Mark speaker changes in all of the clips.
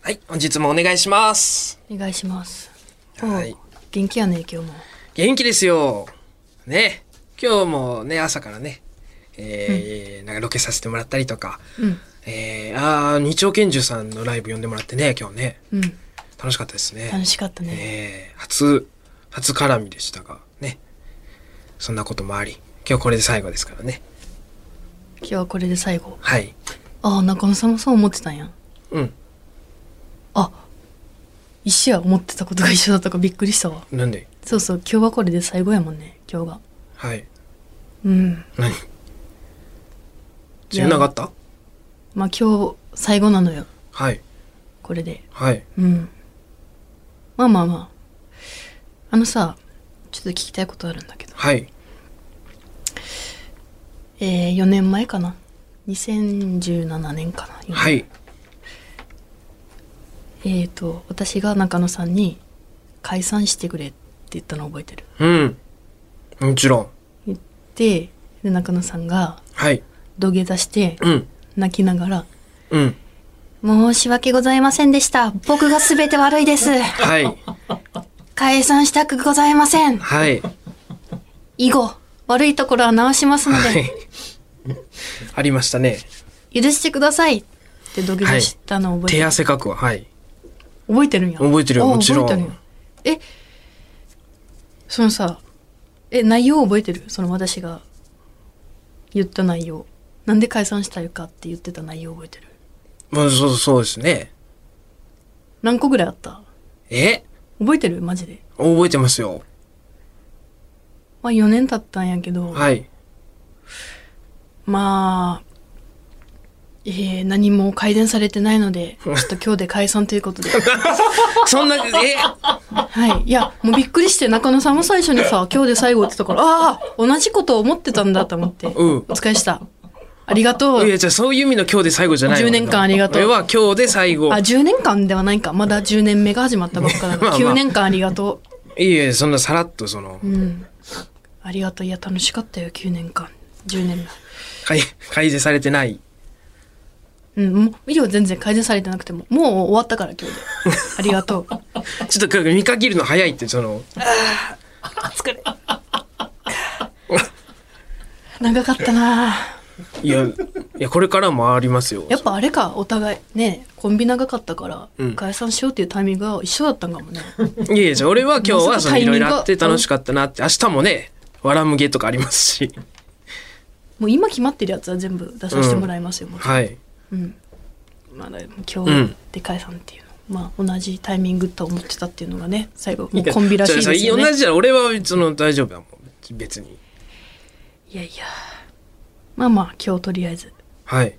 Speaker 1: はい、本日もお願いします。
Speaker 2: お願いします。
Speaker 1: はい
Speaker 2: おう元気やね、今日も。
Speaker 1: 元気ですよ。ね、今日もね、朝からね、えーなんかロケさせてもらったりとか、
Speaker 2: うん、
Speaker 1: えー、あー日曜拳銃さんのライブ呼んでもらってね、今日ね、
Speaker 2: うん、
Speaker 1: 楽しかったですね。
Speaker 2: 楽しかったね。
Speaker 1: えー初、初絡みでしたが、ね、そんなこともあり、今日これで最後ですからね。
Speaker 2: 今日はこれで最後。
Speaker 1: はい。
Speaker 2: ああ、中野さんもそう思ってたんや。
Speaker 1: うん。
Speaker 2: あ、一緒や、思ってたことが一緒だったからびっくりしたわ。
Speaker 1: なんで
Speaker 2: そうそう、今日はこれで最後やもんね、今日が。
Speaker 1: はい。
Speaker 2: うん。
Speaker 1: 何強いなかった
Speaker 2: まあ今日、最後なのよ、
Speaker 1: はい。
Speaker 2: これで。
Speaker 1: はい。
Speaker 2: うん。まあまあまあ。あのさ、ちょっと聞きたいことあるんだけど。
Speaker 1: はい。
Speaker 2: えー、4年前かな。2017年かな。
Speaker 1: はい。
Speaker 2: えーと私が中野さんに「解散してくれ」って言ったの覚えてる
Speaker 1: うん。もちろん。
Speaker 2: 言ってで中野さんが
Speaker 1: はい。
Speaker 2: 土下座して
Speaker 1: うん。
Speaker 2: 泣きながら
Speaker 1: うん。
Speaker 2: 「申し訳ございませんでした僕が全て悪いです
Speaker 1: はい。
Speaker 2: 解散したくございません
Speaker 1: はい。
Speaker 2: 以後悪いところは直しますの
Speaker 1: は
Speaker 2: で
Speaker 1: い。ありましたね。
Speaker 2: 許してください」って土下座したの覚えて
Speaker 1: 手
Speaker 2: る、
Speaker 1: 汗かくわ。はい。
Speaker 2: 覚えてるんや
Speaker 1: 覚えてるよ
Speaker 2: あ
Speaker 1: もちろん
Speaker 2: 覚えてるやえそのさえ内容覚えてるその私が言った内容なんで解散したいかって言ってた内容覚えてる
Speaker 1: まあ、そう、そうですね。
Speaker 2: 何個ぐらいあった
Speaker 1: え
Speaker 2: 覚えてるマジで
Speaker 1: 覚えてますよ。
Speaker 2: まあ4年経ったんやけど、
Speaker 1: はい。
Speaker 2: まあえー、何も改善されてないので、ちょっと今日で解散とい うことで。
Speaker 1: そんな、え
Speaker 2: はい。いや、もうびっくりして、中野さんも最初にさ、今日で最後って言ったから、ああ、同じことを思ってたんだと思って、
Speaker 1: うん
Speaker 2: お疲れした。ありがとう。
Speaker 1: いや、じゃあそういう意味の今日で最後じゃない
Speaker 2: 10年間ありがとう
Speaker 1: 俺は今日で最後
Speaker 2: あ、。10年間ではないか。まだ10年目が始まったばっかだか
Speaker 1: まあま
Speaker 2: ら。
Speaker 1: あ
Speaker 2: 9年間ありがと
Speaker 1: いいえ、そんなさらっとその
Speaker 2: う。、うん。ありがとう。いや、楽しかったよ、9年間。10年
Speaker 1: 改改善されてない。
Speaker 2: 目。うん、もう、医療全然改善されてなくても、もう終わったから、今 日で。ありがとう。
Speaker 1: ちょっと見かけるの早いって、その、
Speaker 2: 長かったない
Speaker 1: や、いや、これからもありますよ。
Speaker 2: やっぱあれか、お互い。ねコンビ長かったから
Speaker 1: うん、
Speaker 2: 解散しようっていうタイミングが一緒だったんかもね。
Speaker 1: いやいや、じゃあ俺は今日はそ
Speaker 2: まさか
Speaker 1: の
Speaker 2: タ
Speaker 1: い
Speaker 2: イ
Speaker 1: ろ
Speaker 2: ミ
Speaker 1: い
Speaker 2: ング
Speaker 1: ろ
Speaker 2: が
Speaker 1: あって楽しかったなって、明日もね、わらむげとかあります し。
Speaker 2: もう今決まってるやつは全部出させてもらいますよ、もちろん
Speaker 1: はい。
Speaker 2: うん、まあ、だ今
Speaker 1: う
Speaker 2: 日
Speaker 1: ん
Speaker 2: で解散っていうの、まあ同じタイミングと思ってたっていうのがね最後もうコンビらしいですよ
Speaker 1: じゃあ
Speaker 2: ね
Speaker 1: 同じじゃん俺はその大丈夫だもん。別に。
Speaker 2: いやいやまあまあ今日とりあえず
Speaker 1: はい。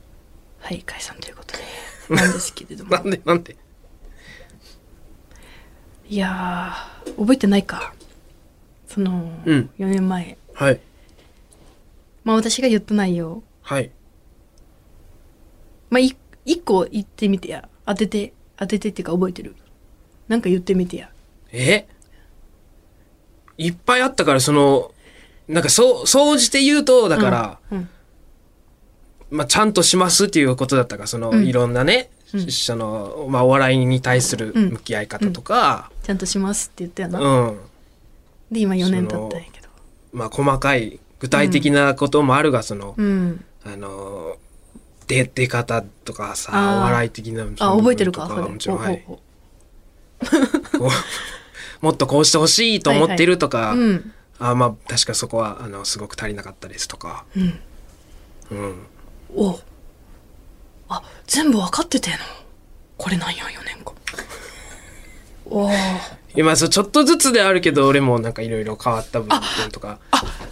Speaker 2: はい解散ということでなんですけれ ども
Speaker 1: なんで、なんで。
Speaker 2: いやー覚えてないかその、
Speaker 1: うん
Speaker 2: 4年前
Speaker 1: はい。
Speaker 2: まあ私が言った内容
Speaker 1: はい。
Speaker 2: まあい一個言ってみてや当てて当ててっていうか覚えてるなんか言ってみてや
Speaker 1: えいっぱいあったから、その、なんかそう、総じて言うと、だから、
Speaker 2: うん
Speaker 1: まあ、ちゃんとしますっていうことだったから、その、
Speaker 2: うん
Speaker 1: いろんなね、
Speaker 2: うん
Speaker 1: その、まあ、お笑いに対する向き合い方とか、
Speaker 2: ちゃんとしますって言ったよ
Speaker 1: う
Speaker 2: な、
Speaker 1: ん、
Speaker 2: で今4年経ったんやけど
Speaker 1: まあ、細かい、具体的なこともあるが、その、
Speaker 2: うん
Speaker 1: あの出出方とかさ
Speaker 2: あー
Speaker 1: お笑い的な
Speaker 2: あ覚えてるか
Speaker 1: そ
Speaker 2: そ
Speaker 1: の
Speaker 2: れ
Speaker 1: 部分ともちろん
Speaker 2: お
Speaker 1: はい
Speaker 2: おお
Speaker 1: こう もっとこうしてほしいと思ってるとか、
Speaker 2: うん
Speaker 1: あまあ確かそこはあのすごく足りなかったですとか、
Speaker 2: うん
Speaker 1: うん、
Speaker 2: おあ全部分かっててのこれなんや4年後おお
Speaker 1: 今そうちょっとずつであるけど俺もなんかいろいろ変わった部分とか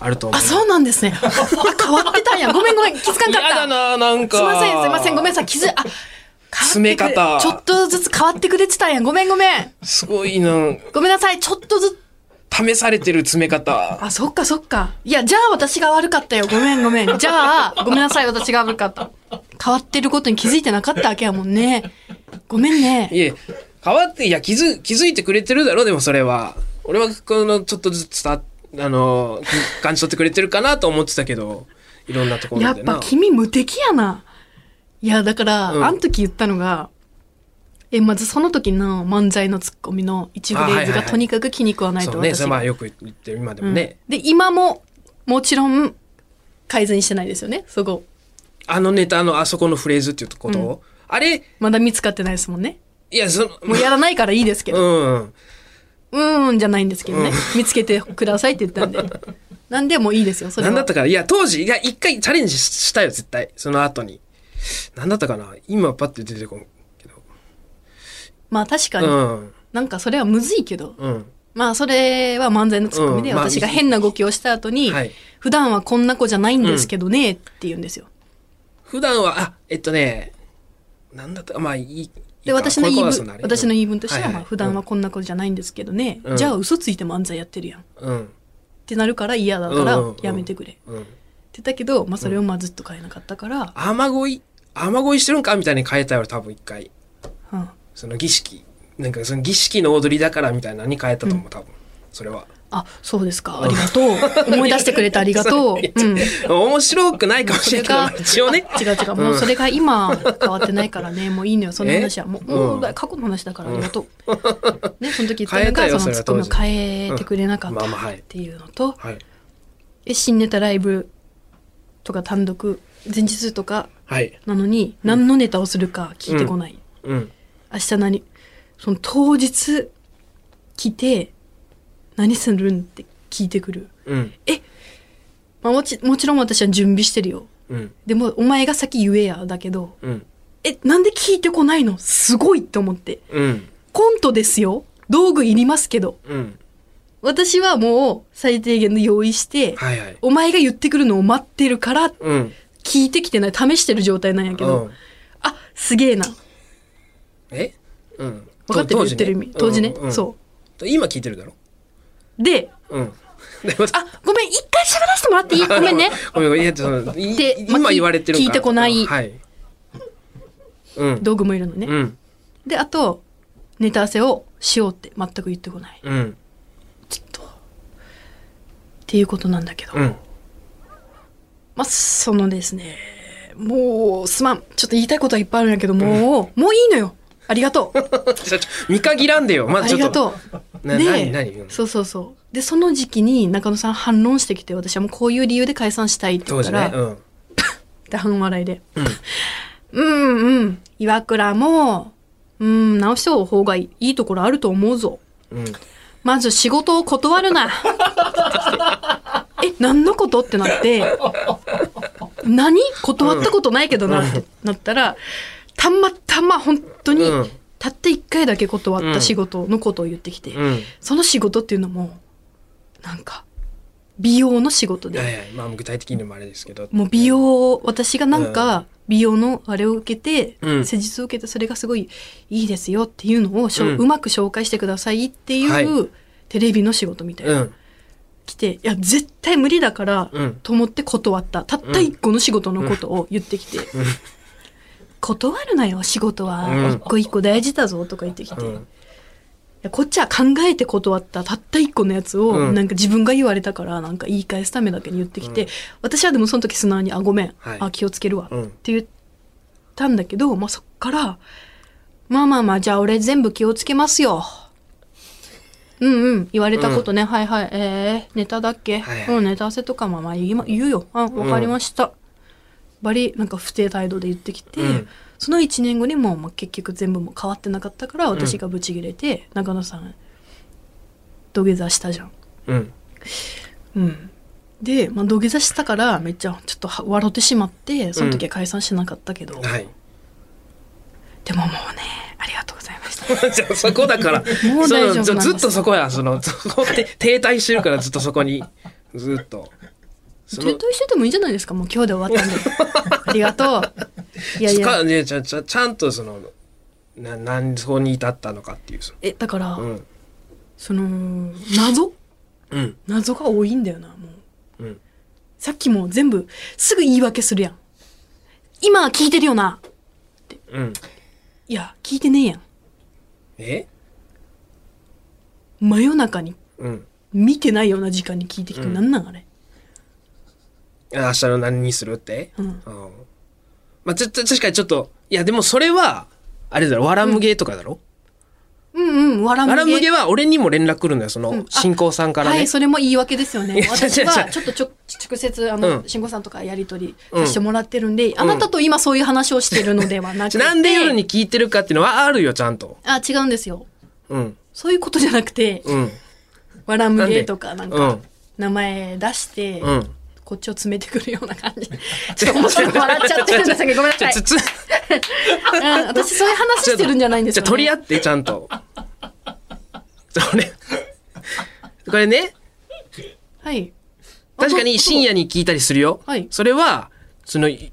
Speaker 1: あると思う
Speaker 2: あそうなんですね あ変わってたんやごめんごめん気づかん
Speaker 1: 嫌
Speaker 2: かった
Speaker 1: だななんか
Speaker 2: すいませんすいませんごめんなさい気づあ変わってくれ
Speaker 1: 詰め方
Speaker 2: ちょっとずつ変わってくれてたんやごめんごめん
Speaker 1: すごいな
Speaker 2: ごめんなさいちょっとずつ
Speaker 1: 試されてる詰め方
Speaker 2: あそっかそっかいやじゃあ私が悪かったよごめんごめんじゃあごめんなさい私が悪かった変わってることに気づいてなかったわけやもんねごめんね
Speaker 1: いえ変わっていや気づ気づいてくれてるだろでもそれは俺はこのちょっとずつたあのき感じ取ってくれてるかなと思ってたけどいろんなとこ
Speaker 2: や
Speaker 1: ろ
Speaker 2: っ
Speaker 1: でな
Speaker 2: ぱ君無敵やな。いや、だから、
Speaker 1: うん
Speaker 2: あの時言ったのが、えまずその時の漫才のツッコミの一フ
Speaker 1: あは
Speaker 2: レ
Speaker 1: い
Speaker 2: ー
Speaker 1: は
Speaker 2: ズ
Speaker 1: いは
Speaker 2: が
Speaker 1: い
Speaker 2: とにかく気に食わないと
Speaker 1: そうね
Speaker 2: 私
Speaker 1: それま
Speaker 2: が
Speaker 1: あよく言ってる今で
Speaker 2: う
Speaker 1: も
Speaker 2: ん
Speaker 1: ね
Speaker 2: で、今ももちろん改善してないですよねそこ
Speaker 1: あのネタのあそこのフレーズっていうこと、
Speaker 2: う
Speaker 1: あれ
Speaker 2: まだ見つかってないですもんね
Speaker 1: いやその
Speaker 2: もうやらないからいいですけど
Speaker 1: うん
Speaker 2: うーんじゃないんですけどね見つけてくださいって言ったんで なんでもいいですよそれは
Speaker 1: 何だったかないや当時いや一回チャレンジしたよ絶対その後に何だったかな今パッて出てこんけど
Speaker 2: まあ確か
Speaker 1: う
Speaker 2: に、
Speaker 1: ん
Speaker 2: なんかそれはむずいけど
Speaker 1: うん
Speaker 2: まあそれは漫才のツッコミで、
Speaker 1: うんまあ
Speaker 2: 私が変な動きをした後に、
Speaker 1: はい
Speaker 2: 普段はこんな子じゃないんですけどね、って言うんですよ。
Speaker 1: 普段はあえっとね何だったまあいい
Speaker 2: で私の言い分私の言い分としては、
Speaker 1: は
Speaker 2: まあ普段はこんな子じゃないんですけどね、
Speaker 1: うん
Speaker 2: じゃあ嘘ついて漫才やってるやんっ
Speaker 1: うん
Speaker 2: てなるから嫌だか
Speaker 1: うんうん
Speaker 2: ら
Speaker 1: うん
Speaker 2: やめてくれ、って
Speaker 1: うん、うん
Speaker 2: 言ったけど、まあそれをまあずっと変えなかったから、
Speaker 1: 雨乞い雨乞いしてるんかみたいに変えたよ多分一回
Speaker 2: うん
Speaker 1: その儀式なんかその儀式の踊りだからみたいなのに変えたと思う、多分それは
Speaker 2: あそうですかありがとう思い出してくれてあり がとう、うん、
Speaker 1: 面白くないかもし
Speaker 2: そ
Speaker 1: れ
Speaker 2: れ
Speaker 1: ないけど
Speaker 2: が
Speaker 1: まあ一応ね
Speaker 2: あ違う違うもうそれが今変わってないからねもういいのよその話は
Speaker 1: え
Speaker 2: もうもう
Speaker 1: うん
Speaker 2: 過去の話だからありがと う、ねその時言った
Speaker 1: 変え
Speaker 2: の
Speaker 1: たよ
Speaker 2: がそのツッコミを
Speaker 1: それは当時
Speaker 2: 変えてくれなかっ
Speaker 1: うんまあまあ
Speaker 2: た
Speaker 1: はい
Speaker 2: っていうのと、
Speaker 1: はい
Speaker 2: え新ネタライブとか単独前日とか
Speaker 1: はい
Speaker 2: なのに何のネタをするか聞いてこない、
Speaker 1: うん
Speaker 2: 明日何その当日来て何するんって聞いてくる、
Speaker 1: うん
Speaker 2: まあ、もちもちろん私は準備してるよ
Speaker 1: うん
Speaker 2: でもお前が先言えやだけど
Speaker 1: うん
Speaker 2: え、なんで聞いてこないのすごいって思って。
Speaker 1: うん
Speaker 2: コントですよ。道具いりますけど。
Speaker 1: うん
Speaker 2: 私はもう最低限の用意して、
Speaker 1: はいはい
Speaker 2: お前が言ってくるのを待ってるから、
Speaker 1: うん
Speaker 2: 聞いてきてない、試してる状態なんやけど、
Speaker 1: うん
Speaker 2: あ、すげえな。
Speaker 1: えうん
Speaker 2: 分かってる言ってる意味。当時ね。
Speaker 1: そ
Speaker 2: そう
Speaker 1: 今聞いてるだろ
Speaker 2: う。で、
Speaker 1: うん
Speaker 2: あ、ごめん、一回喋らせてもらっ ていいごめんね。
Speaker 1: ごめんごめんいやそのい
Speaker 2: でまあ
Speaker 1: 今言われてるんか
Speaker 2: 聞いてこない
Speaker 1: はいうん
Speaker 2: 道具もいるのね。
Speaker 1: うん
Speaker 2: で、あと、ネタ合わせをしようって全く言ってこない。
Speaker 1: うん
Speaker 2: ちょっと。っていうことなんだけど。
Speaker 1: うん
Speaker 2: まあ、そのですね、もう、すまん。ちょっと言いたいことはいっぱいあるんやけど、もう、もういいのよ。ありがとう。
Speaker 1: ちょちょ見限らんでよ ま
Speaker 2: あ
Speaker 1: だちょ
Speaker 2: り
Speaker 1: っと
Speaker 2: がとう。
Speaker 1: な何何
Speaker 2: で、そうそうそう。で、その時期に中野さん反論してきて、私はもうこういう理由で解散したいって言
Speaker 1: 当
Speaker 2: った
Speaker 1: 時
Speaker 2: ら、
Speaker 1: ねうん
Speaker 2: で半笑いで。
Speaker 1: うん
Speaker 2: うんうん。岩倉も、うん、直した方がいいところあると思うぞ。
Speaker 1: うん
Speaker 2: まず仕事を断る な。って言ってきてえ、何のことってなって、何断ったことないけどなってなったら、たまたま本当に
Speaker 1: うん、
Speaker 2: たった一回だけ断った仕事のことを言ってきて、
Speaker 1: うん
Speaker 2: その仕事っていうのも、なんか、美容の仕事
Speaker 1: はい
Speaker 2: で、
Speaker 1: はいまあ具体的にもあれですけど
Speaker 2: もう美容を、私がなんか、美容のあれを受けて、
Speaker 1: うん
Speaker 2: 施術を受けて、それがすごいいいですよっていうのをしょ、
Speaker 1: う
Speaker 2: うんまく紹介してくださいっていう、
Speaker 1: はい
Speaker 2: テレビの仕事みたいな。
Speaker 1: うん
Speaker 2: 来て、いや、絶対無理だから、
Speaker 1: うん
Speaker 2: と思って断った。たった一個の仕事のことを言ってきて、断るなよ、仕事
Speaker 1: うん
Speaker 2: は。一個一個大事だぞ、とか言ってきて。
Speaker 1: う
Speaker 2: い
Speaker 1: ん
Speaker 2: やこっちは考えて断ったたった一個のやつを、
Speaker 1: うん
Speaker 2: なんか自分が言われたからなんか言い返すためだけに言ってきて、私はでもその時素直に「あごめん、
Speaker 1: はい
Speaker 2: あ気をつけるわ」
Speaker 1: うん
Speaker 2: って言ったんだけど、まあ、そっから「まあまあまあじゃあ俺全部気をつけますよ」うんうん言われたことね、はいはいえー、ネタだっけ、
Speaker 1: はいはい
Speaker 2: うんネタ合わせとかまあまあ言いま言うよあわかりました、バリなんか不定態度で言ってきて、
Speaker 1: うん
Speaker 2: その1年後にもう、まあ、結局全部もう変わってなかったから私がブチギレて、中野さん土下座したじゃん
Speaker 1: うん
Speaker 2: うんで、まあ、土下座したからめっちゃちょっとは笑ってしまってその時は解散しなかったけど、
Speaker 1: はい
Speaker 2: でももうねありがとうございました
Speaker 1: じゃあそこだから
Speaker 2: もう大丈夫なんです
Speaker 1: そのずずっとそこやそのそこって停滞してるからずっとそこにずっとそ
Speaker 2: 停滞しててもいいんじゃないですかもう今日で終わったんで ありがとういやいや
Speaker 1: かねちゃちゃちゃんとそのな何そこに至ったのかっていうそ
Speaker 2: えだから、
Speaker 1: のうん
Speaker 2: その謎
Speaker 1: うん
Speaker 2: 謎が多いんだよなもう、
Speaker 1: うん
Speaker 2: さっきも全部すぐ言い訳するやん今聞いてるよな
Speaker 1: うん
Speaker 2: いや聞いてねえやん
Speaker 1: え
Speaker 2: 真夜中に
Speaker 1: うん
Speaker 2: 見てないような時間に聞いてきて、
Speaker 1: うん
Speaker 2: なんなんあれ
Speaker 1: 明日の何にするって
Speaker 2: うん
Speaker 1: うんまあ、ちょっと確かにちょっと、いや、でもそれは、あれだろ、わらむげとかだろ、
Speaker 2: うんうん、わら
Speaker 1: わらむ
Speaker 2: むげ
Speaker 1: げ。は俺にも連絡来るんだよ、その、
Speaker 2: んあ
Speaker 1: 新興さんからね。
Speaker 2: はい、それも言い訳ですよ
Speaker 1: い
Speaker 2: ね
Speaker 1: や。
Speaker 2: 私
Speaker 1: 違う違う
Speaker 2: は
Speaker 1: 違う
Speaker 2: ちょっとちょ直接、あ
Speaker 1: う
Speaker 2: の、
Speaker 1: ん
Speaker 2: 慎吾さんとかやりとりさせてもらってるんで、あなたと今そういう話をしてるのではなく
Speaker 1: ち
Speaker 2: て。
Speaker 1: ょなんで夜に聞いてるかっていうのはあるよ、ちゃんと。
Speaker 2: あ、違うんですよ。
Speaker 1: うん。
Speaker 2: そういうことじゃなくて、
Speaker 1: うん。
Speaker 2: わらむげとかなん
Speaker 1: う
Speaker 2: か、
Speaker 1: ん。
Speaker 2: 名前出して、
Speaker 1: うん。
Speaker 2: こっちを詰めてくるような感 じ。ちょっと面白い笑っちゃってるんですけど、ごめんな
Speaker 1: じゃ
Speaker 2: さ
Speaker 1: あ、つ。
Speaker 2: い
Speaker 1: つ、
Speaker 2: うん私そういう話してるんじゃないんです
Speaker 1: じゃ
Speaker 2: よ、
Speaker 1: あ
Speaker 2: ね。
Speaker 1: 取り合って、ちゃん と。それ、これね、
Speaker 2: はい。
Speaker 1: 確かに深夜に聞いたりするよ。
Speaker 2: はい
Speaker 1: それは、その、い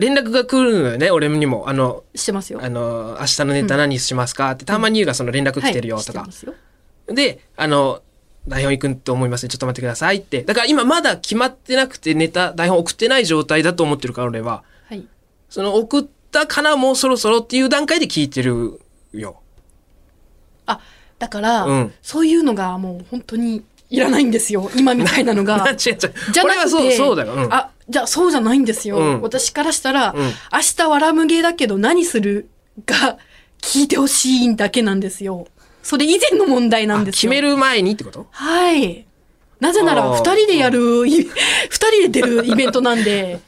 Speaker 1: 連絡が来るのよね、俺にも。あの、
Speaker 2: してますよ。
Speaker 1: あの、明日のネタ何しますかって、たまに言うがその連絡来てるよ
Speaker 2: はい
Speaker 1: とか
Speaker 2: してま。すよ
Speaker 1: で、あの、台本行くんと思いますね。ちょっと待ってくださいって。だから今まだ決まってなくてネタ、台本送ってない状態だと思ってるから俺は。
Speaker 2: はい。
Speaker 1: その送ったかなもうそろそろっていう段階で聞いてるよ。
Speaker 2: あ、だから、
Speaker 1: うん
Speaker 2: そういうのがもう本当にいらないんですよ。今みたい なのが
Speaker 1: 違う違う。。
Speaker 2: じゃな
Speaker 1: 俺は
Speaker 2: く
Speaker 1: そう、
Speaker 2: て、
Speaker 1: そうだよ。うん、
Speaker 2: あ、じゃあそうじゃないんですよ。
Speaker 1: うん
Speaker 2: 私からしたら、
Speaker 1: ん
Speaker 2: 明日わらむげだけど何するが聞いてほしいだけなんですよ。それ以前の問題なんです
Speaker 1: 決
Speaker 2: よ。
Speaker 1: める前にってこと
Speaker 2: はい。なぜな
Speaker 1: あ
Speaker 2: ら、
Speaker 1: ー
Speaker 2: 二人でや るい、二人で出るイベントなんで、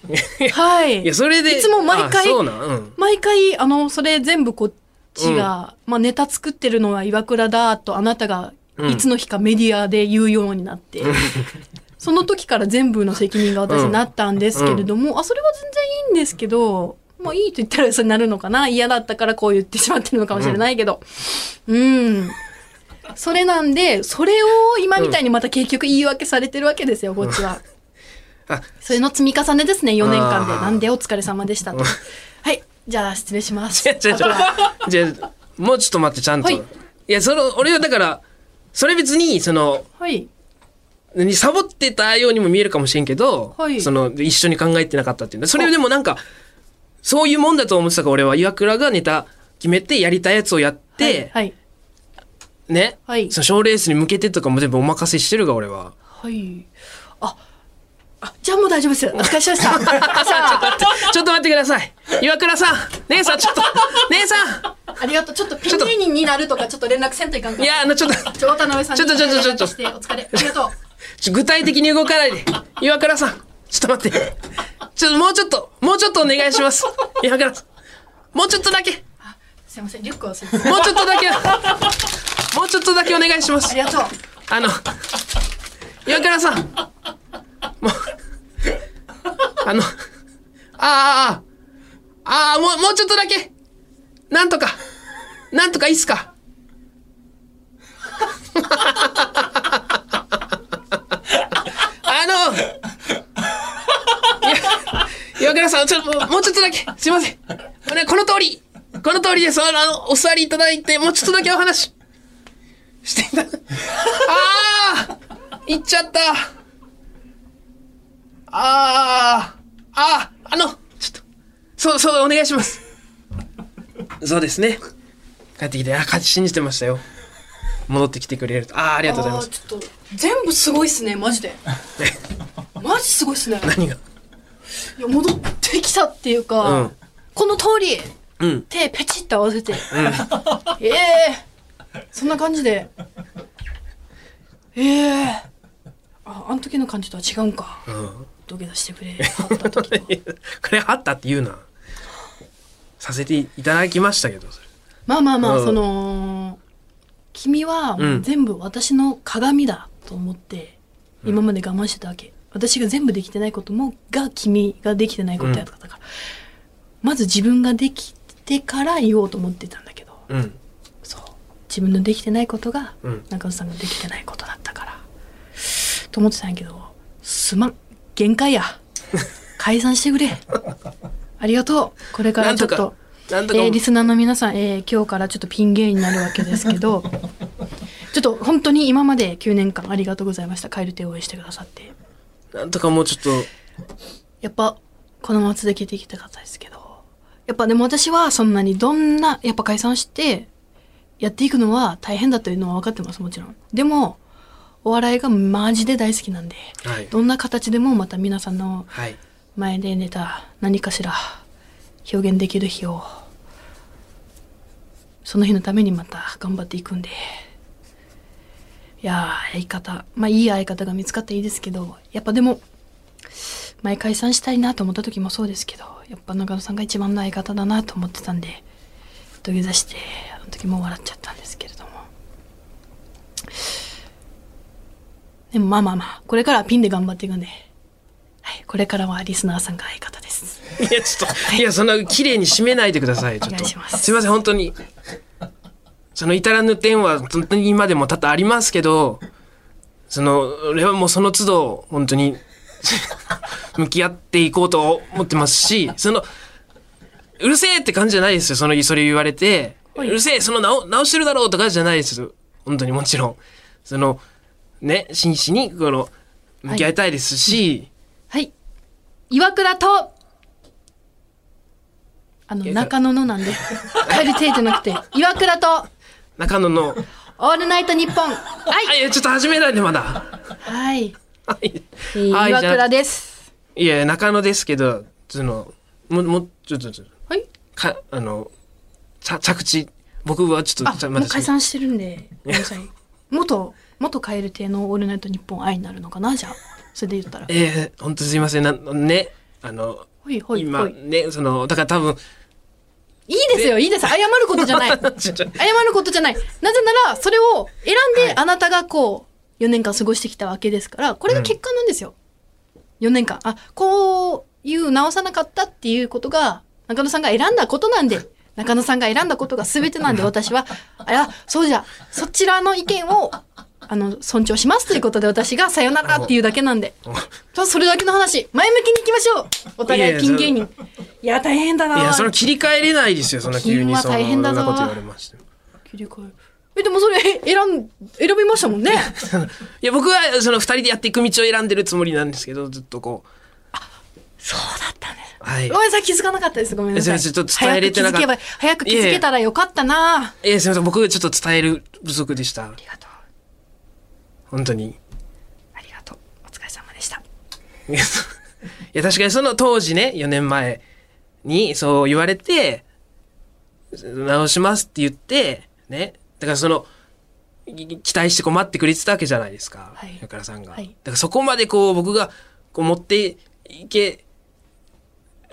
Speaker 2: はい。
Speaker 1: いや、それで。
Speaker 2: いつも毎回
Speaker 1: あそうなん。うん。
Speaker 2: 毎回、あの、それ全部こっちが、まあネタ作ってるのは岩倉だとあなたが
Speaker 1: うん
Speaker 2: いつの日かメディアで言うようになって、 その時から全部の責任が私になったんですけれども、あ、それは全然いいんですけど、まあいいと言ったらそれになるのかな嫌だったからこう言ってしまってるのかもしれないけど、うん。それなんで、それを今みたいにまた結局言い訳されてるわけですよ、こっちは。
Speaker 1: あ、
Speaker 2: それの積み重ねですね、4年間で。
Speaker 1: あー
Speaker 2: なんでお疲れ様でしたと。はい、じゃあ失礼します。
Speaker 1: 違う違う違う
Speaker 2: あとは
Speaker 1: じ ゃあもうちょっと待って、ちゃんと。
Speaker 2: はい
Speaker 1: い、や、その、俺はだから、それ別に、その、
Speaker 2: はい、
Speaker 1: にサボってたようにも見えるかもしれんけど、
Speaker 2: はい
Speaker 1: その一緒に考えてなかったっていうのそれでもなんかそういうもんだと思ってたから俺は岩倉がネタ決めてやりたいやつをやって、
Speaker 2: はい、
Speaker 1: ね、
Speaker 2: はい
Speaker 1: その賞レースに向けてとかも全部お任せしてるが俺は
Speaker 2: はい。あ、あ、じゃあもう大丈夫です。お疲れ様でした。じ ゃ あ、
Speaker 1: ちょっと待ってください岩倉さん姉さんちょっと姉さん
Speaker 2: ありがとう。ちょっとピン芸人になるとか、ちょっと連絡せんといかんか
Speaker 1: いやあのちょっと
Speaker 2: ちょ、渡辺さんに
Speaker 1: ちょっとちょっとちょっと
Speaker 2: 連絡してお疲れ。ありがとう。
Speaker 1: ちょ具体的に動かないで岩倉さんちょっと待ってちょっともうちょっともうちょっとお願いします岩倉さんもうちょっとだけ
Speaker 2: すいません、リュックをすいません。
Speaker 1: もうちょっとだけもうちょっとだけお願いします
Speaker 2: ありがとう。
Speaker 1: あの、岩倉さん、もう、あの、ああ、ああ、ああ、もう、もうちょっとだけ、なんとか、なんとかいいっすか。あの、 いや岩倉さん、ちょっと、もうもうちょっとだけ、すいません。これこの通り、この通りです。あのあの、お座りいただいて、もうちょっとだけお話ししていただああ行っちゃったあああああのちょっとそうそうお願いしますそうですね帰ってきてあ勝ち信じてましたよ戻ってきてくれるとああありがとうございます
Speaker 2: あーちょっと、全部すごいっすね、マ ジで。マジすごいっすね。
Speaker 1: 何が
Speaker 2: いや戻ってきたっていうか、
Speaker 1: うん
Speaker 2: この通り、
Speaker 1: うん
Speaker 2: 手ペチッと合わせて、ええそんな感じでええああの時の感じとは違うんか、土下座してくれあった時と
Speaker 1: これあったって言うなさせていただきましたけどそれ
Speaker 2: まあまあまあ、
Speaker 1: うん
Speaker 2: その君はもう全部私の鏡だと思って、今まで我慢してたわけ私が全部できてないこともが君ができてないことやったから、まず自分ができてから言おうと思ってたんだけど
Speaker 1: うん
Speaker 2: そう自分のできてないことが
Speaker 1: うん
Speaker 2: 中野さんができてないことだったから、と思ってたんやけどすまん 限界や解散してくれありがとうこれか
Speaker 1: な
Speaker 2: ら
Speaker 1: ん
Speaker 2: ちょ
Speaker 1: と
Speaker 2: っと
Speaker 1: かなんとか
Speaker 2: えーリスナーの皆さん、えー今日からちょっとピン芸になるわけですけ どちょっと本当に今まで9年間ありがとうございました蛙亭を応援してくださって
Speaker 1: なんとかもうちょっと
Speaker 2: やっぱこのまま続けていきたかったですけどやっぱでも私はそんなにどんなやっぱ解散してやっていくのは大変だというのは分かってますもちろんでもお笑いがマジで大好きなんで
Speaker 1: はい
Speaker 2: どんな形でもまた皆さんの
Speaker 1: はい
Speaker 2: 前でネタ何かしら表現できる日をその日のためにまた頑張っていくんで。いやー、相方、まあいい相方が見つかっていいですけど、やっぱでも、毎回散したいなと思った時もそうですけど、やっぱ中野さんが一番の相方だなと思ってたんで、土下座して、あの時もう笑っちゃったんですけれども。でもまあまあまあ、これからはピンで頑張っていくんで、はい、これからはリスナーさんが相方です。
Speaker 1: いや、ちょっと、いや、そんな綺麗に締めないでください。ちょっ
Speaker 2: お
Speaker 1: と。
Speaker 2: 願いします
Speaker 1: すいません、本当に。その至らぬ点は、本当に今でも多々ありますけど、その、俺はもうその都度、本当に、 向き合っていこうと思ってますし、その、うるせえって感じじゃないですよ。その、それ言われて、う
Speaker 2: はい
Speaker 1: るせえ、その直、直してるだろうとかじゃないですよ。本当にもちろん。その、ね、真摯に、この、向き合いたいですし、
Speaker 2: はい。岩倉と、あの、
Speaker 1: いや
Speaker 2: 中野のなんで、帰る手じゃな くて、岩倉と、
Speaker 1: 中野の、
Speaker 2: オールナイトニッポン。はい。
Speaker 1: あ、いや、ちょっと始めないで、まだ。
Speaker 2: はい。
Speaker 1: はい
Speaker 2: えー
Speaker 1: はい
Speaker 2: 岩
Speaker 1: じゃあ
Speaker 2: 倉です。
Speaker 1: いや、中野ですけど、その、も、も、ちょっと、ちょっと
Speaker 2: はい。
Speaker 1: か、あの、ちゃ着地、僕はちょっと、ち
Speaker 2: あ、
Speaker 1: ゃ
Speaker 2: もう解
Speaker 1: ちょ
Speaker 2: 散してるんで、ごめんなさい。元、元カエル亭のオールナイトニッポン愛になるのかなじゃあ。それで言ったら。
Speaker 1: えー、本当すいません、なん、ね、あの、
Speaker 2: ほいほい
Speaker 1: 今、
Speaker 2: ほい。
Speaker 1: ね、その、だから多分、
Speaker 2: いいですよ、いいです。謝ることじゃない。謝る
Speaker 1: ちょちょ
Speaker 2: ことじゃない。なぜなら、それを選んであなたがこう、4年間過ごしてきたわけですから、これが結果なんですよ。4年間。あ、こういう直さなかったっていうことが、中野さんが選んだことなんで、中野さんが選んだことが全てなんで、私は、あいや、そうじゃ、そちらの意見を、あの、尊重しますということで、私がさよならっていうだけなんで。とそれだけの話、前向きに行きましょうお
Speaker 1: い
Speaker 2: 互
Speaker 1: や
Speaker 2: い
Speaker 1: いや
Speaker 2: 金芸人。いや、大変だない
Speaker 1: や、その切り替えれないですよ、そんな急
Speaker 2: 金
Speaker 1: に、
Speaker 2: は
Speaker 1: その、
Speaker 2: 大
Speaker 1: そん
Speaker 2: 変だ
Speaker 1: な
Speaker 2: な
Speaker 1: こと言われましても。
Speaker 2: 切り替え。え、でもそれ、え選ん、選びましたもんね。
Speaker 1: いや、僕は、その、二人でやっていく道を選んでるつもりなんですけど、ずっとこう、
Speaker 2: そうだったね。
Speaker 1: はい
Speaker 2: ご。めんなさい、気づかなかったです。ごめんなさい。
Speaker 1: えそれちょっと伝えれてなかった
Speaker 2: 早く気づけば、早く気づけたらよかったなあ
Speaker 1: えー、すいません、僕、ちょっと伝える不足でした。
Speaker 2: りがとう。
Speaker 1: 本当に。
Speaker 2: ありがとう。お疲れ様でした。
Speaker 1: いやそいや確かにその当時ね4年前にそう言われて直しますって言ってねだからそのい期待してこう待ってくれてたわけじゃないですか、
Speaker 2: はい
Speaker 1: ゆからさんが、
Speaker 2: はい
Speaker 1: だからそこまでこう僕がこう持っていけ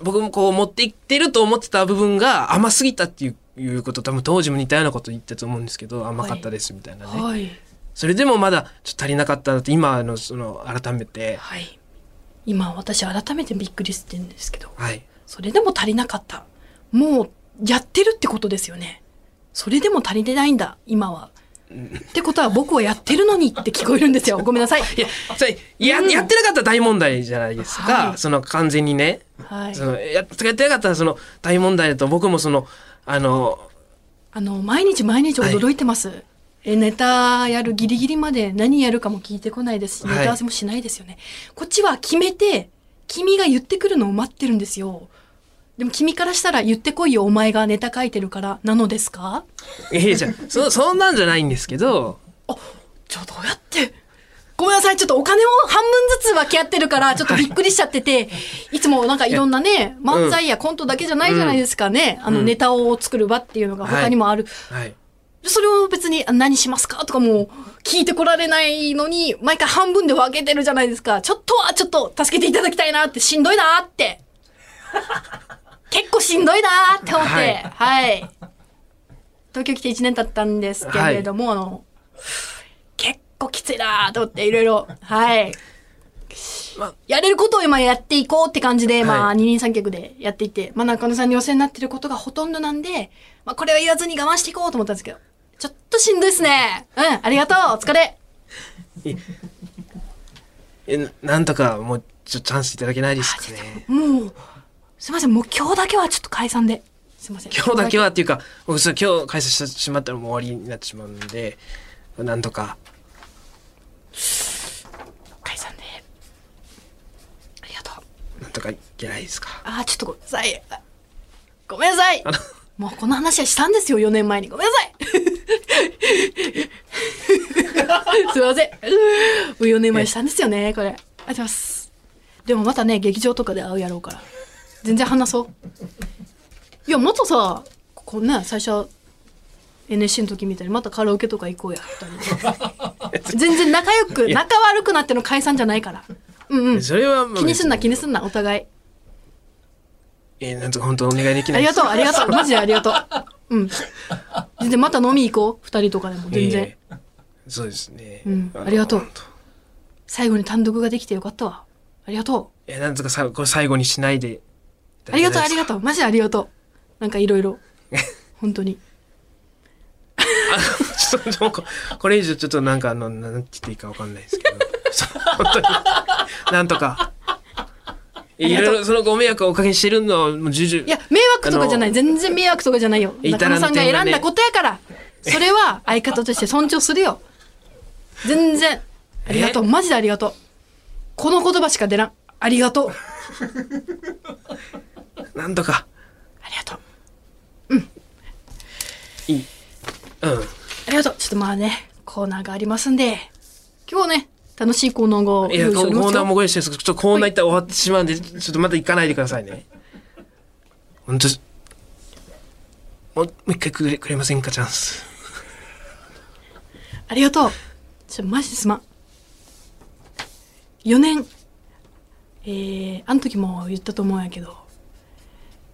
Speaker 1: 僕もこう持っていってると思ってた部分が甘すぎたっていういうこと多分当時も似たようなこと言ったと思うんですけど甘かったですみたいなね、
Speaker 2: はい。
Speaker 1: それでもまだちょっと足りなかったなって今のその改めて
Speaker 2: はい。今、私、改めてびっくりしてるんですけど、
Speaker 1: はい
Speaker 2: それでも足りなかった。もう、やってるってことですよね。それでも足りてないんだ、今は。ってことは、僕はやってるのにって聞こえるんですよ。ごめんなさい。
Speaker 1: いや、それや、
Speaker 2: うん
Speaker 1: やってなかったら大問題じゃないですか。
Speaker 2: はい
Speaker 1: その完全にね。
Speaker 2: はい
Speaker 1: そ。のやっやってなかったらその大問題だと僕もその、あの、
Speaker 2: あの、毎日毎日驚いてます。え、ネタやるギリギリまで何やるかも聞いてこないですし、
Speaker 1: はい
Speaker 2: ネタ合わせもしないですよね。こっちは決めて、君が言ってくるのを待ってるんですよ。でも君からしたら言ってこいよ、お前がネタ書いてるから、なのですか
Speaker 1: いやじゃあそ、そんなんじゃないんですけど、
Speaker 2: ちょ、どうやって。ごめんなさい、ちょっとお金を半分ずつ分け合ってるから、ちょっとびっくりしちゃってて、いつもなんかいろんなね、漫才やコントだけじゃないじゃないですかね。あの、ネタを作る場っていうのが他にもある。
Speaker 1: はい。
Speaker 2: それを別にあ何しますかとかもう聞いてこられないのに、毎回半分で分けてるじゃないですか。ちょっとはちょっと助けていただきたいなって、しんどいなって。結構しんどいなって思って、
Speaker 1: は
Speaker 2: はいい、東京来て1年経ったんですけれども、あの、結構きついなと思って、いろいろ、はい。
Speaker 1: まあ
Speaker 2: やれることを今やっていこうって感じで、ま
Speaker 1: は
Speaker 2: あ、
Speaker 1: い
Speaker 2: 二人三脚でやっていて、まあ、中野さんにお世話になってることがほとんどなんで、まあ、これは言わずに我慢していこうと思ったんですけど、ちょっとしんどいっすね。うん、ありがとう、お疲れ。
Speaker 1: えななんとかもう、ちょっとチャンスいただけないですかね。
Speaker 2: もう、すいません、もう今日だけはちょっと解散で。すいません。
Speaker 1: 今日だけはっていうか、僕そう今日開催してしまったらもう終わりになってしまうんで、なんとか。
Speaker 2: 解散で。ありがとう。
Speaker 1: なんとかいけないですか。
Speaker 2: あー、ちょっとごめんなさい。あごめんなさい
Speaker 1: あ。の、
Speaker 2: もうこの話はしたんですよ、4年前に。ごめんなさい すいません。もう4年前にしたんですよね、これ。ありがとうございます。でもまたね、劇場とかで会うやろうから。全然話そう。いや、もっとさ、こうね、最初、 NSC の時みたいにまたカラオケとか行こうや二人で全然仲良く仲悪くなっての解散じゃないからうんうん
Speaker 1: それはまあ
Speaker 2: 気にすんな
Speaker 1: 別
Speaker 2: 気にすんなお互い
Speaker 1: えーなんとか本当お願いでき
Speaker 2: あ
Speaker 1: な
Speaker 2: り
Speaker 1: い
Speaker 2: がとうあり がとうマジでありがとううん全然また飲み行こう二人とかでも全然、
Speaker 1: ええそうですね、
Speaker 2: うん
Speaker 1: の
Speaker 2: ありがとう
Speaker 1: 本当
Speaker 2: 最後に単独ができてよかったわありがと
Speaker 1: いやなんとかさこれ最後にしないで
Speaker 2: うありがとうありが
Speaker 1: と
Speaker 2: とうマジでありがとうなんかいろいろ本当
Speaker 1: う
Speaker 2: に
Speaker 1: ちょっとなんかこれ以上ちょっとなんかあのなんて言っていいかわかんないですけど 本当になんとか
Speaker 2: り
Speaker 1: い
Speaker 2: がとう
Speaker 1: ろいろそのご迷惑をおかけしてるのはもう重々
Speaker 2: いや、迷惑とかじゃない。
Speaker 1: あ
Speaker 2: 全然迷惑とかじゃないよ。
Speaker 1: 至
Speaker 2: 中
Speaker 1: ら
Speaker 2: 野
Speaker 1: ぬ
Speaker 2: さんが
Speaker 1: 点が
Speaker 2: 選
Speaker 1: ね
Speaker 2: んだことやから、それは相方として尊重するよ。全然。ありがとう。マジでありがとう。この言葉しか出らん。ありがとう。あ
Speaker 1: なんとか
Speaker 2: りがとう。
Speaker 1: いいうん
Speaker 2: ありがとう。ちょっとまあね、コーナーがありますんで、今日ね、楽しいコーナーが
Speaker 1: いや、
Speaker 2: 用意して
Speaker 1: コ
Speaker 2: おりま
Speaker 1: ー
Speaker 2: す
Speaker 1: ナーも
Speaker 2: よ。
Speaker 1: ご用意してるんですけど、ちょっとコーナー行ったら終わってしまうんで、ちょっとまた行かないでくださいね。本当もう、もう一回くれ、くれませんか、チャンス。
Speaker 2: ありがとう。ちょっとマジですまん。4年。えー、あの時も言ったと思うんやけど、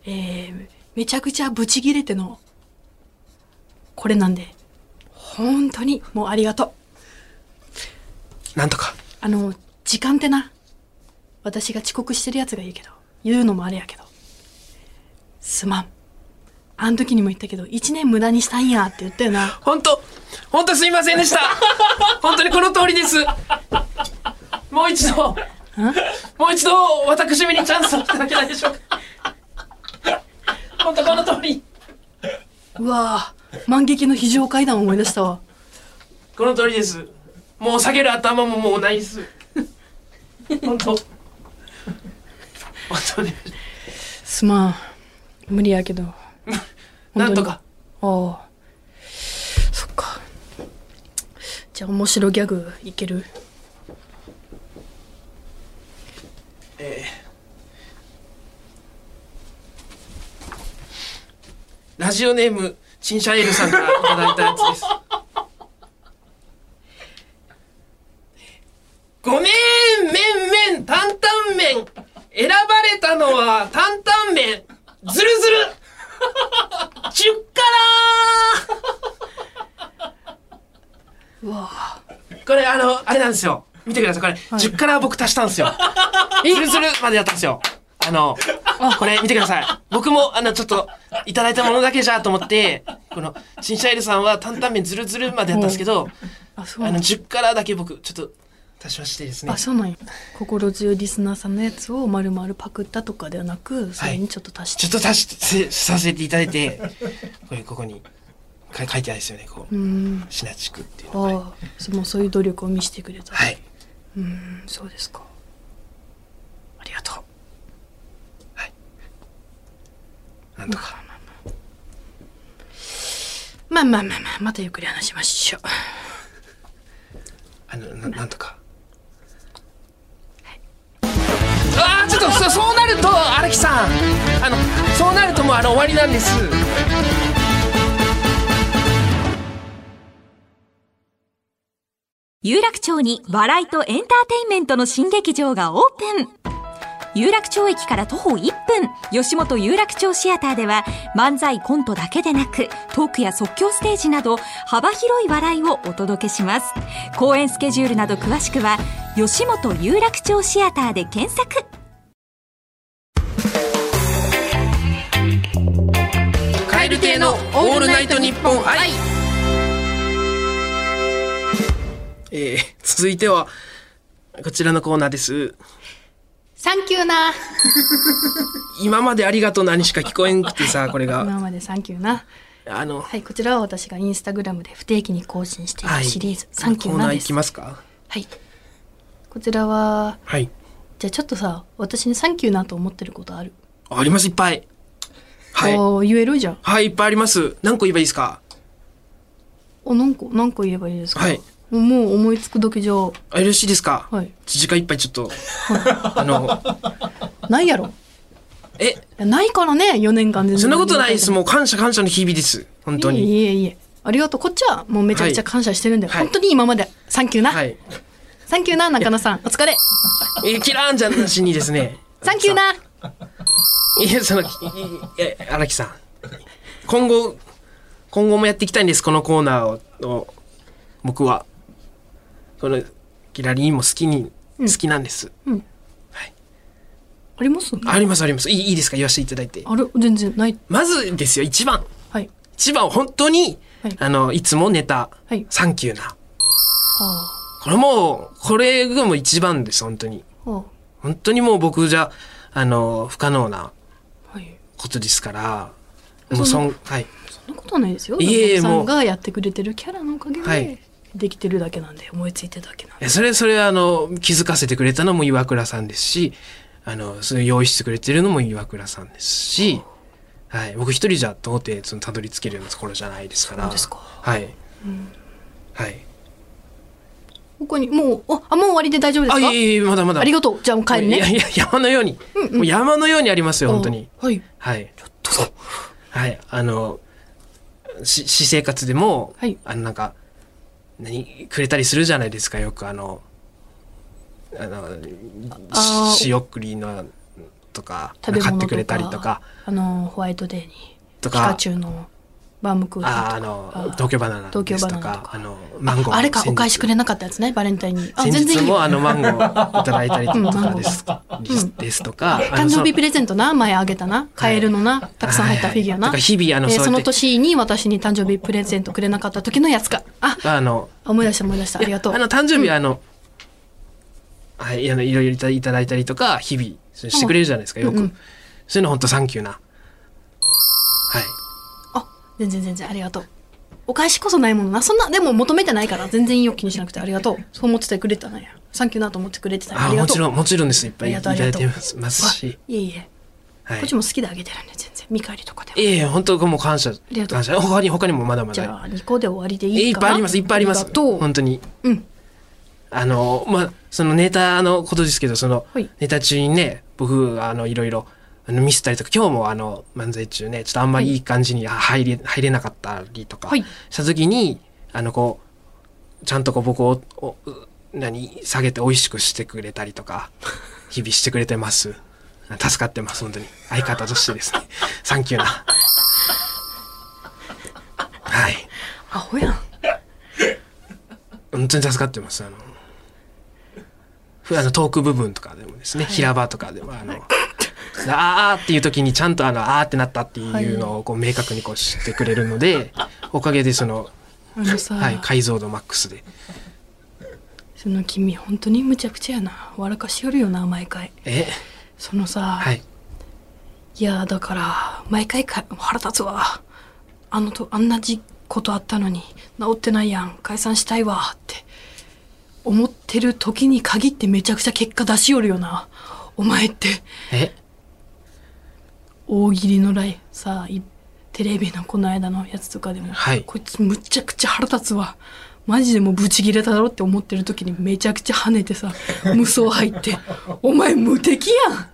Speaker 2: えー、めちゃくちゃブチギレての、これなんで、本当にもうありがとう。
Speaker 1: なんとか。
Speaker 2: あの、時間ってな、私が遅刻してるやつがいいけど、言うのもあれやけど、すまん。あの時にも言ったけど、1年無駄にしたんやって言ったよな。
Speaker 1: 本当本当すいませんで した。本当にこの通りです。もう一度、もう一度、私めにチャンスをいただけないでしょうか。本当この通り、
Speaker 2: うわぁ、万劇の非常階段を思い出したわ。
Speaker 1: この通りです。もう下げる頭ももうないです。本当本当に。
Speaker 2: すまん無理やけど
Speaker 1: なんとか。
Speaker 2: ああそっかじゃあ面白ギャグいける
Speaker 1: ラジオネーム、チンシャエールさんからいただいたやつです。ごめん、めんめん、担々麺。選ばれたのは担々麺。ずるずる。ちゅっから
Speaker 2: うわあ
Speaker 1: ーこれ、あの、あれなんですよ。見てください、これ。10から僕足したんですよ。ずるずるまでやったんですよ。あの、これ見てください。僕も、あの、ちょっと、いただいたものだけじゃと思って、この、チンシャイルさんは担々麺ずるずるまでやったんですけど、
Speaker 2: あそう
Speaker 1: あ
Speaker 2: なん
Speaker 1: の、10からだけ僕、ちょっと、足しましてですね
Speaker 2: あ。そうなんや心強いリスナーさんのやつを丸々パクったとかではなくそれにちょっと足し
Speaker 1: ち
Speaker 2: て、
Speaker 1: ょっと足しせさせていただいて、これ、ここに、か書いてあるんですよね、こう、
Speaker 2: うん
Speaker 1: シナチクっていうの。
Speaker 2: ああそもうそういう努力を見せてくれた、
Speaker 1: はい。
Speaker 2: うんそうですかありがとう
Speaker 1: なんとか。
Speaker 2: まあまあまあまあまたゆっくり話しましょう
Speaker 1: あの、ななんとか。ああ、ちょっとそそうなると荒木さんあのそうなるともうあの終わりなんです
Speaker 3: 有楽町に笑いとエンターテインメントの新劇場がオープン有楽町駅から徒歩1分吉本有楽町シアターでは漫才コントだけでなくトークや即興ステージなど幅広い笑いをお届けします公演スケジュールなど詳しくは吉本有楽町シアターで検索
Speaker 1: カエル亭のオールナイトニッポン愛、えー、続いてはこちらのコーナーです
Speaker 2: サンキューな
Speaker 1: 今までありがとうなにしか聞こえんくて さこれが
Speaker 2: 今までサンキューな
Speaker 1: あの
Speaker 2: はい、こちらは私がインスタグラムで不定期に更新しているシリーズ、サンキュー
Speaker 1: コー
Speaker 2: な
Speaker 1: ナー
Speaker 2: んで
Speaker 1: 行
Speaker 2: す。
Speaker 1: きますか
Speaker 2: はい。こちらは、
Speaker 1: はい
Speaker 2: じゃあちょっとさ、私にサンキューなと思ってることある。
Speaker 1: ありますいっぱいはい
Speaker 2: おー言えるじゃん。
Speaker 1: はいいっぱいあります何個言えばいいですか
Speaker 2: お、何個、何個言えばいいですか
Speaker 1: はい。
Speaker 2: もうもう思いつくだけじゃ、は
Speaker 1: あよろしいですか、
Speaker 2: はい
Speaker 1: 時間いっぱいちょっとあの
Speaker 2: ないやろ。い
Speaker 1: え
Speaker 2: やないからね、4年間で。
Speaker 1: そんなことないです
Speaker 2: ん。
Speaker 1: もう感謝感謝の日々です本当に
Speaker 2: いえいえいえ。ありがとう。こっちはもうめちゃくちゃ感謝してるんだよ。
Speaker 1: はい
Speaker 2: 本当に今まで、サンキューな。
Speaker 1: はい。
Speaker 2: サンキューな、中野さん。お疲れ。
Speaker 1: えー、キラーンじゃなしにですね。
Speaker 2: サンキューな。
Speaker 1: いや、その、いいいや 荒木さん。今後、今後もやっていきたいんです、このコーナーを。を僕は。この、ギラリーも好きに、好きなんです。
Speaker 2: あります
Speaker 1: ありますあります。いいいいですか言わせていただいて。
Speaker 2: あれ全然ない。
Speaker 1: まずですよ、一番。
Speaker 2: はい。
Speaker 1: 一番、本当に、
Speaker 2: はい
Speaker 1: あの、いつもネタ、
Speaker 2: はい
Speaker 1: サンキューな。
Speaker 2: は
Speaker 1: これもう、これがもう一番です、本当に。
Speaker 2: あ。は
Speaker 1: 本当にもう僕じゃ、あの、不可能な
Speaker 2: あ。はい。
Speaker 1: ことですから、もうそん、はい。
Speaker 2: そんなことはないですよ。
Speaker 1: いえいえ
Speaker 2: 中野さ
Speaker 1: もうん
Speaker 2: がやってくれてるキャラのおかげ
Speaker 1: はい
Speaker 2: で、できてるだけなんで、思いついてるだけなんで。
Speaker 1: えそれ、それ、あの、気づかせてくれたのも岩倉さんですし、あの、それ用意してくれてるのも岩倉さんですし、はい。僕一人じゃ、到底、その、たどり着けるようなところじゃないですから。
Speaker 2: そうですか
Speaker 1: はい。はい。
Speaker 2: 他に、もう、あ、あもう終わりで大丈夫です
Speaker 1: あ、
Speaker 2: か
Speaker 1: いえいえ、まだまだ。
Speaker 2: ありがとう。じゃあもう帰るね。
Speaker 1: いやいや、山のように。もう山のようにありますよ、本当に。
Speaker 2: あ。はい。
Speaker 1: はい。ちょっとはい。あの、し、私生活でも、
Speaker 2: はい
Speaker 1: あの、なんか、何、くれたりするじゃないですか、よくあの、あの、
Speaker 2: あ
Speaker 1: し塩送りの、とか、
Speaker 2: 食べ
Speaker 1: 買っ
Speaker 2: 物
Speaker 1: てく
Speaker 2: とか
Speaker 1: れたりとか、
Speaker 2: あのホワイトデーに
Speaker 1: と
Speaker 2: ピカ
Speaker 1: か、
Speaker 2: チュウのバームクーヘンと
Speaker 1: あ
Speaker 2: か
Speaker 1: あの
Speaker 2: あ、
Speaker 1: 東京バナナ
Speaker 2: 東
Speaker 1: で
Speaker 2: 京
Speaker 1: す
Speaker 2: バ
Speaker 1: と
Speaker 2: ナナと
Speaker 1: か、
Speaker 2: か
Speaker 1: あの、マンゴー。
Speaker 2: あれか
Speaker 1: 先日
Speaker 2: お返しくれなかったやつねバレンタインにあ
Speaker 1: 先
Speaker 2: 全
Speaker 1: 日
Speaker 2: 然いいよ
Speaker 1: もあのマンゴーいただいたりと
Speaker 2: うんマ
Speaker 1: か
Speaker 2: ンゴー
Speaker 1: です,、ですとか、あの
Speaker 2: 誕生日プレゼントな前あげたなカエルのな、たくさん入ったフィギュアな、
Speaker 1: はいはいとか日々あの
Speaker 2: え
Speaker 1: そ
Speaker 2: ー
Speaker 1: うやって
Speaker 2: その年に私に誕生日プレゼントくれなかった時のやつかあ
Speaker 1: あの、
Speaker 2: 思い出した思い出したありがとう
Speaker 1: あの、誕生日はあの、はい、あの、いろいろいたいただいたりとか、日々、そうしてくれるじゃないですか、よく。
Speaker 2: うんうん
Speaker 1: そういうの本当サンキューな。はい。
Speaker 2: あ全然全然ありがとうお返しこそないものなそんなでも求めてないから全然いいよ気にしなくてありがとうそう思っててくれてたんやサンキューなと思ってくれてたんや
Speaker 1: あ
Speaker 2: ありが
Speaker 1: も
Speaker 2: とう
Speaker 1: ちろん、もちろんです。いっぱいい
Speaker 2: あり
Speaker 1: た
Speaker 2: がとう
Speaker 1: だい
Speaker 2: あ
Speaker 1: て
Speaker 2: りが
Speaker 1: ま
Speaker 2: とう
Speaker 1: すますし。
Speaker 2: あいえいえ
Speaker 1: はい
Speaker 2: こっち。も好きであげてるんで全然見返りとかでも
Speaker 1: いえいえ、本当もう感謝
Speaker 2: りが。とう
Speaker 1: 感謝。他に、他にもまだま
Speaker 2: じ
Speaker 1: だ。
Speaker 2: ゃあ2個で終わりでい
Speaker 1: い
Speaker 2: い
Speaker 1: っ
Speaker 2: か
Speaker 1: ぱ
Speaker 2: ない
Speaker 1: あります。いっぱいあります。
Speaker 2: りがとう
Speaker 1: 本当に。
Speaker 2: うん
Speaker 1: あの、まあ、そのネタのことですけど、その
Speaker 2: はい、
Speaker 1: ネタ中にね、僕、あの、いろいろ、あの、ミスったりとか、今日もあの、漫才中ね、ちょっとあんまりいい感じにあ入れ、入れなかったりとか、
Speaker 2: はい
Speaker 1: した時に、あの、こう、ちゃんとこう、僕を、お何、下げて美味しくしてくれたりと か、日々してくれてます。助かってます、本当に。相方として ですね。サンキューな。はい。
Speaker 2: アホやん
Speaker 1: 本当に助かってますあのふあのトーク部分とかでもですね、平場とかでもあのあーっていう時にちゃんとあのあーってなったっていうのをこう明確にこう知ってくれるので、おかげでその、
Speaker 2: あのさ、
Speaker 1: はい、解像度マックスで
Speaker 2: その君本当にむちゃくちゃやな笑かしよるよな毎回
Speaker 1: え
Speaker 2: そのさ、
Speaker 1: はい
Speaker 2: い、やだから毎回か腹立つわあのとあんなじことあったのに治ってないやん解散したいわって思ってる時に限ってめちゃくちゃ結果出しよるよなお前って
Speaker 1: え
Speaker 2: 大喜利のライブさいテレビのこの間のやつとかでも、
Speaker 1: はい
Speaker 2: こいつむちゃくちゃ腹立つわマジでもうブチギレただろって思ってる時にめちゃくちゃ跳ねてさ無双入って 「お前無敵やん!」
Speaker 1: い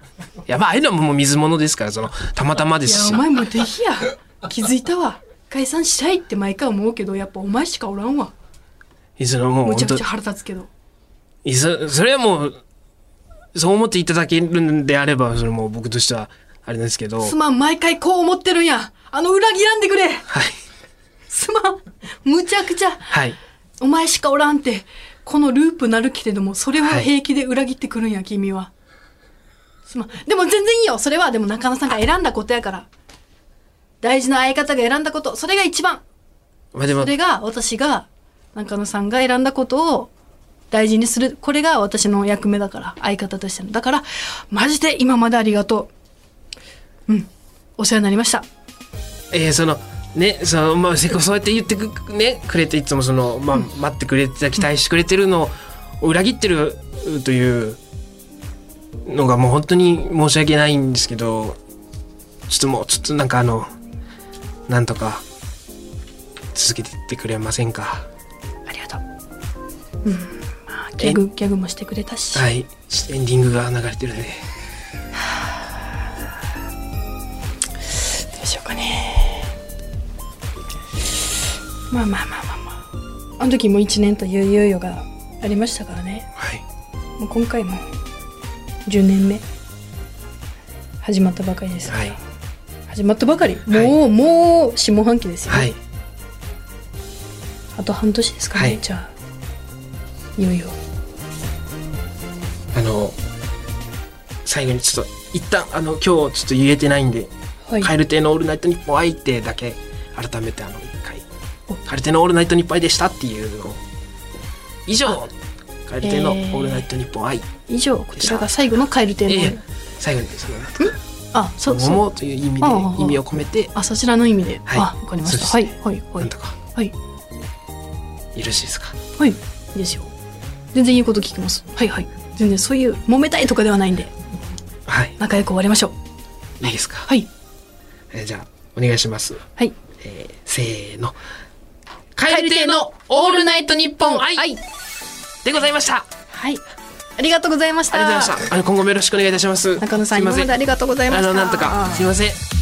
Speaker 1: やまあああいうのはもう水物ですからそのたまたまで
Speaker 2: いや
Speaker 1: すし
Speaker 2: お前無敵や気づいたわ解散したいって毎回思うけどやっぱお前しかおらんわ
Speaker 1: いずれもう
Speaker 2: む
Speaker 1: 本
Speaker 2: ちゃく
Speaker 1: 当
Speaker 2: ちゃ腹立つけど
Speaker 1: いずそれはもうそう思っていただけるんであればそれもう僕としてはあれですけど
Speaker 2: すまん毎回こう思ってるんやあの裏切らんでくれ
Speaker 1: はい
Speaker 2: すまんむちゃくちゃ
Speaker 1: はい
Speaker 2: お前しかおらんって、このループなるけれども、それを平気で裏切ってくるんや、君は。すまん。でも全然いいよ。それは、でも中野さんが選んだことやから。大事な相方が選んだこと、それが一番。
Speaker 1: まあでも
Speaker 2: それが、私が、中野さんが選んだことを大事にする。これが私の役目だから、相方としての。だから、マジで今までありがとう。うん。お世話になりました。
Speaker 1: えー、そのねそのまあせっかくそうやって言ってく,、ね、くれていつもその、まあ、待ってくれてた期待してくれてるのを裏切ってるというのがもう本当に申し訳ないんですけどちょっともうちょっとなんかあのなんとか続けていってくれませんか
Speaker 2: ありがとう。うん。まあ、ギャグ、ギャグもしてくれたし。
Speaker 1: はいちょっとエンディングが流れてるんで
Speaker 2: どうしようかね。うまあまあまあまあまああの時も1年という猶予がありましたからね
Speaker 1: はい
Speaker 2: もう今回も10年目始まったばかりです、
Speaker 1: はい
Speaker 2: 始まったばかりもう、
Speaker 1: はい
Speaker 2: もう下半期ですよ、
Speaker 1: はい
Speaker 2: あと半年ですかね、
Speaker 1: はい
Speaker 2: じゃあいよいよ
Speaker 1: あの最後にちょっと一旦あの今日ちょっと言えてないんで
Speaker 2: は
Speaker 1: 「
Speaker 2: い
Speaker 1: 蛙亭のオールナイトニッポン愛」ってだけ改めてあの一回
Speaker 2: お
Speaker 1: 「蛙亭のオールナイトニッポン愛」でしたっていうのを以上「蛙亭のオ
Speaker 2: えー
Speaker 1: ールナイトニッポン愛」
Speaker 2: 以上こちらが最後の蛙亭の、
Speaker 1: ええ最後にそのなんとか
Speaker 2: あそうそう
Speaker 1: 桃という意味で
Speaker 2: あああ
Speaker 1: 意味を込めて
Speaker 2: あそちらの意味で、
Speaker 1: はい
Speaker 2: あわかりました
Speaker 1: そ
Speaker 2: は
Speaker 1: う
Speaker 2: い
Speaker 1: です
Speaker 2: はいは
Speaker 1: ないんとか
Speaker 2: はい
Speaker 1: よろしいですか
Speaker 2: はいいいですよ全然言うこと聞きますはいはい全然そういう揉めたいとかではないんで
Speaker 1: はい
Speaker 2: 仲良く終わりましょう
Speaker 1: いいですか
Speaker 2: はい
Speaker 1: えーじゃあお願いします
Speaker 2: はい
Speaker 1: えーせーの「蛙亭のオールナイトニッポン愛」でございました
Speaker 2: はいありがとうございました
Speaker 1: ありがとうございました。あの今後もよろしくお願いいたします。
Speaker 2: 中野さん
Speaker 1: すいま
Speaker 2: 今
Speaker 1: せ
Speaker 2: までありがとうございました
Speaker 1: あのなんとかすいません。